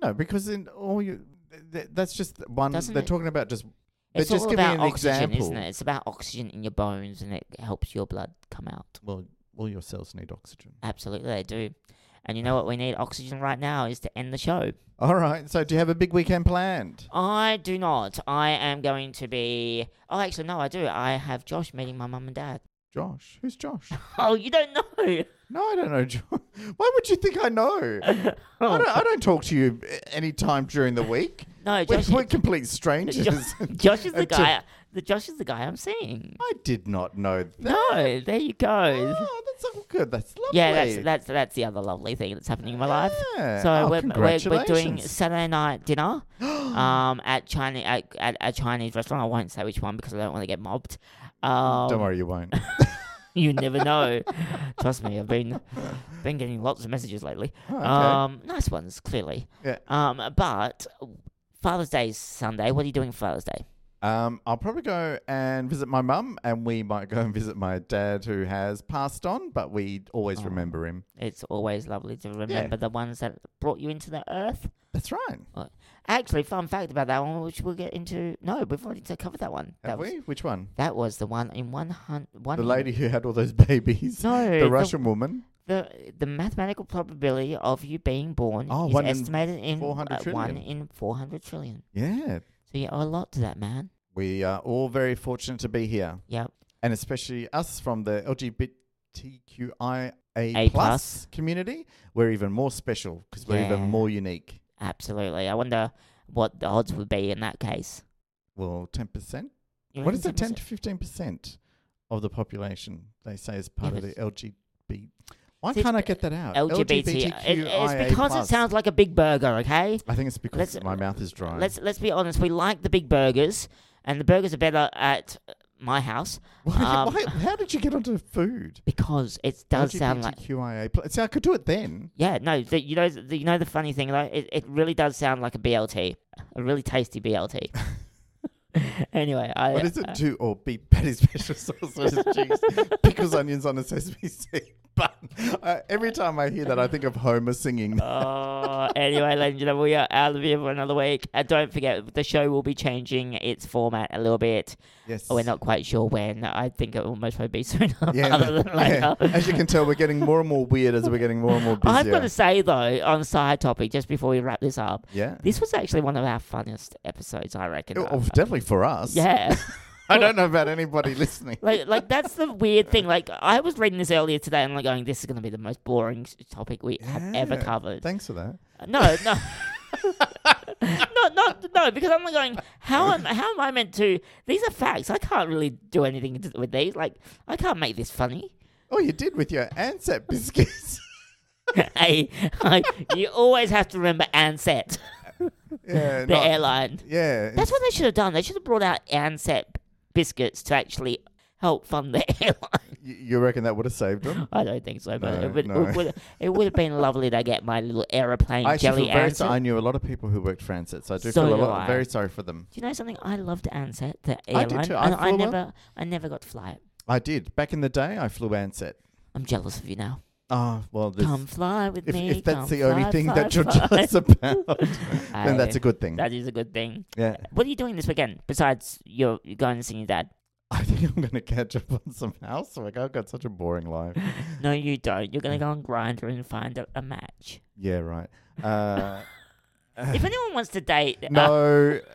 No, because in all you, th- th- that's just one.
Doesn't
they're
it-
talking about just. They're
It's
just
all
giving
about
an
oxygen, isn't
example.
it? It's about oxygen in your bones, and it helps your blood come out.
Well, all your cells need oxygen.
Absolutely, they do. And you know what? We need oxygen right now is to end the show.
All right. So, do you have a big weekend planned?
I do not. I am going to be. Oh, actually, no, I do. I have Josh meeting my mum and dad.
Josh, who's Josh?
Oh, you don't know.
no, I don't know. Josh. Why would you think I know? I,
Oh.
don't, I don't talk to you any time during the week.
No,
We're,
Josh.
we're complete strangers.
Josh is the
Until-
guy. The Josh is the guy I'm seeing.
I did not know that.
No, there you go.
Oh, that's all good. That's lovely.
Yeah, that's that's that's the other lovely thing that's happening in my life.
Yeah.
So we're, we're
Oh,
we're doing
congratulations.
Saturday night dinner, um, at Chinese at, at a Chinese restaurant. I won't say which one because I don't want to get mobbed. Um,
Don't worry, you won't.
you never know. Trust me, I've been been getting lots of messages lately.
Oh, okay.
Um, nice ones, clearly.
Yeah.
Um, but Father's Day is Sunday. What are you doing for Father's Day?
Um, I'll probably go and visit my mum, and we might go and visit my dad, who has passed on, but we always
Oh.
remember him.
It's always lovely to remember the ones that brought you into the earth.
That's right.
Actually, fun fact about that one, which we'll get into. No, we've already covered that one.
Have
that was-
we? Which one?
That was the one in one hun- one.
The lady who had all those babies.
No,
the Russian woman.
The, the mathematical probability of you being born
Oh,
is
one in
estimated in
400
uh, one
trillion.
in four hundred trillion.
Yeah.
So you owe a lot to that man.
We are all very fortunate to be here,
Yep.
and especially us from the LGBTQIA
A plus.
plus community. We're even more special because we're even
Yeah.
more unique.
Absolutely. I wonder what the odds would be in that case.
Well, ten percent.
You
What
reckon
is it? Ten
10%?
to fifteen percent of the population they say is part of
but-
the LGBT. Why
See,
can't I
it's
get that out?
LGBT. It-
LGBTQIA+.
uh, it's because it sounds like a big burger, okay?
I think it's because
Let's-
my mouth is dry.
Let's let's be honest. We like the big burgers, and the burgers are better at my house
why,
um,
why, how did you get onto food?
because it does sound like
LGBTQIA+. See, I could do it then.
Yeah, no, the, you know, the, you know the funny thing, though, it, it really does sound like a BLT, a really tasty BLT. anyway, I.
What is it?
uh,
Do or beat patty special sauce with cheese, pickles, onions on a sesame seed bun. Uh, every time I hear that, I think of Homer singing.
Oh, anyway, ladies and gentlemen, we are out of here for another week. And don't forget, the show will be changing its format a little bit.
yes.
Oh, We're not quite sure when. I think it will most probably be sooner
Yeah,
rather than
yeah.
later.
As you can tell, we're getting more and more weird as we're getting more and more busier.
I've got to say, though, on side topic, just before we wrap this up,
yeah.
this was actually one of our funniest episodes, I reckon.
Oh, definitely for us.
Yeah.
I don't know about anybody listening.
like like that's the weird thing. Like I was reading this earlier today, and I'm like going, "This is going to be the most boring s- topic we have ever
Yeah.
covered."
Thanks for that.
no, no. no, not no, because I'm like going. How am how am I meant to? These are facts. I can't really do anything t- with these. Like, I can't make this funny.
Oh, you did with your Ansett biscuits.
hey, I, you always have to remember Ansett,
yeah.
the
not-
airline.
Yeah.
That's what they should have done. They should have brought out Ansett biscuits to actually help fund the airline.
You, you reckon that would have saved them?
I don't think so, but
No,
it, would,
no.
it, would, it would have been lovely to get my little aeroplane
I actually
jelly
feel very
Ansett.
sorry. I knew a lot of people who worked for Ansett, so I do
So
feel a
do
lot,
I.
very sorry for them.
Do you know something? I loved Ansett, the
I
airline.
did too. I
and I
flew one.
never, I never got to fly it.
I did. Back in the day, I flew Ansett.
I'm jealous of you now.
Oh, well, this,
Come fly with
if,
me.
if that's
come
the only
fly,
thing
fly,
that you're
fly.
jealous about,
Aye,
then that's a good thing.
that is a good thing.
yeah.
What are you doing this weekend besides you're, you're going to see your dad?
I think I'm going to catch up on some housework. I've got such a boring life.
No, you don't. You're going to go on Grinder and find a, a match.
Yeah, right. Uh,
If anyone wants to date, uh,
no,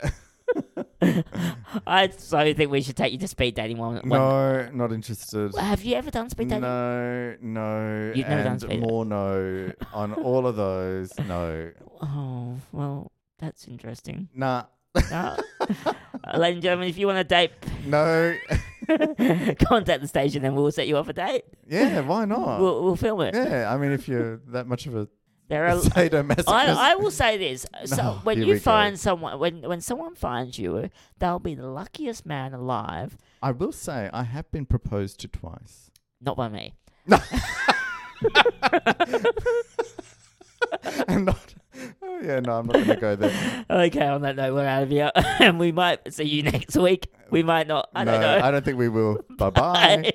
I so think we should take you to speed dating one. one-
no, not interested.
Have you ever done speed dating?
No, no,
You've never done
and
speed dating.
more no on all of those. No,
Oh, well, that's interesting.
nah,
No. Uh, Ladies and gentlemen, if you want a date,
no.
contact the station and we'll set you up a date.
Yeah, why not?
We'll, we'll film it.
Oh. yeah, I mean, if you're that much of a
There are.
sadomasochist,
I, I will say this: so
No,
when
Oh, here
you
we go.
find someone, when when someone finds you, they'll be the luckiest man alive.
I will say I have been proposed to twice.
Not by me.
I'm not. Oh yeah, no, I'm not going to go there.
Okay, on that note, we're out of here, and we might see you next week. We might not. I
no,
don't know.
I don't think we will. Bye bye.
Bye.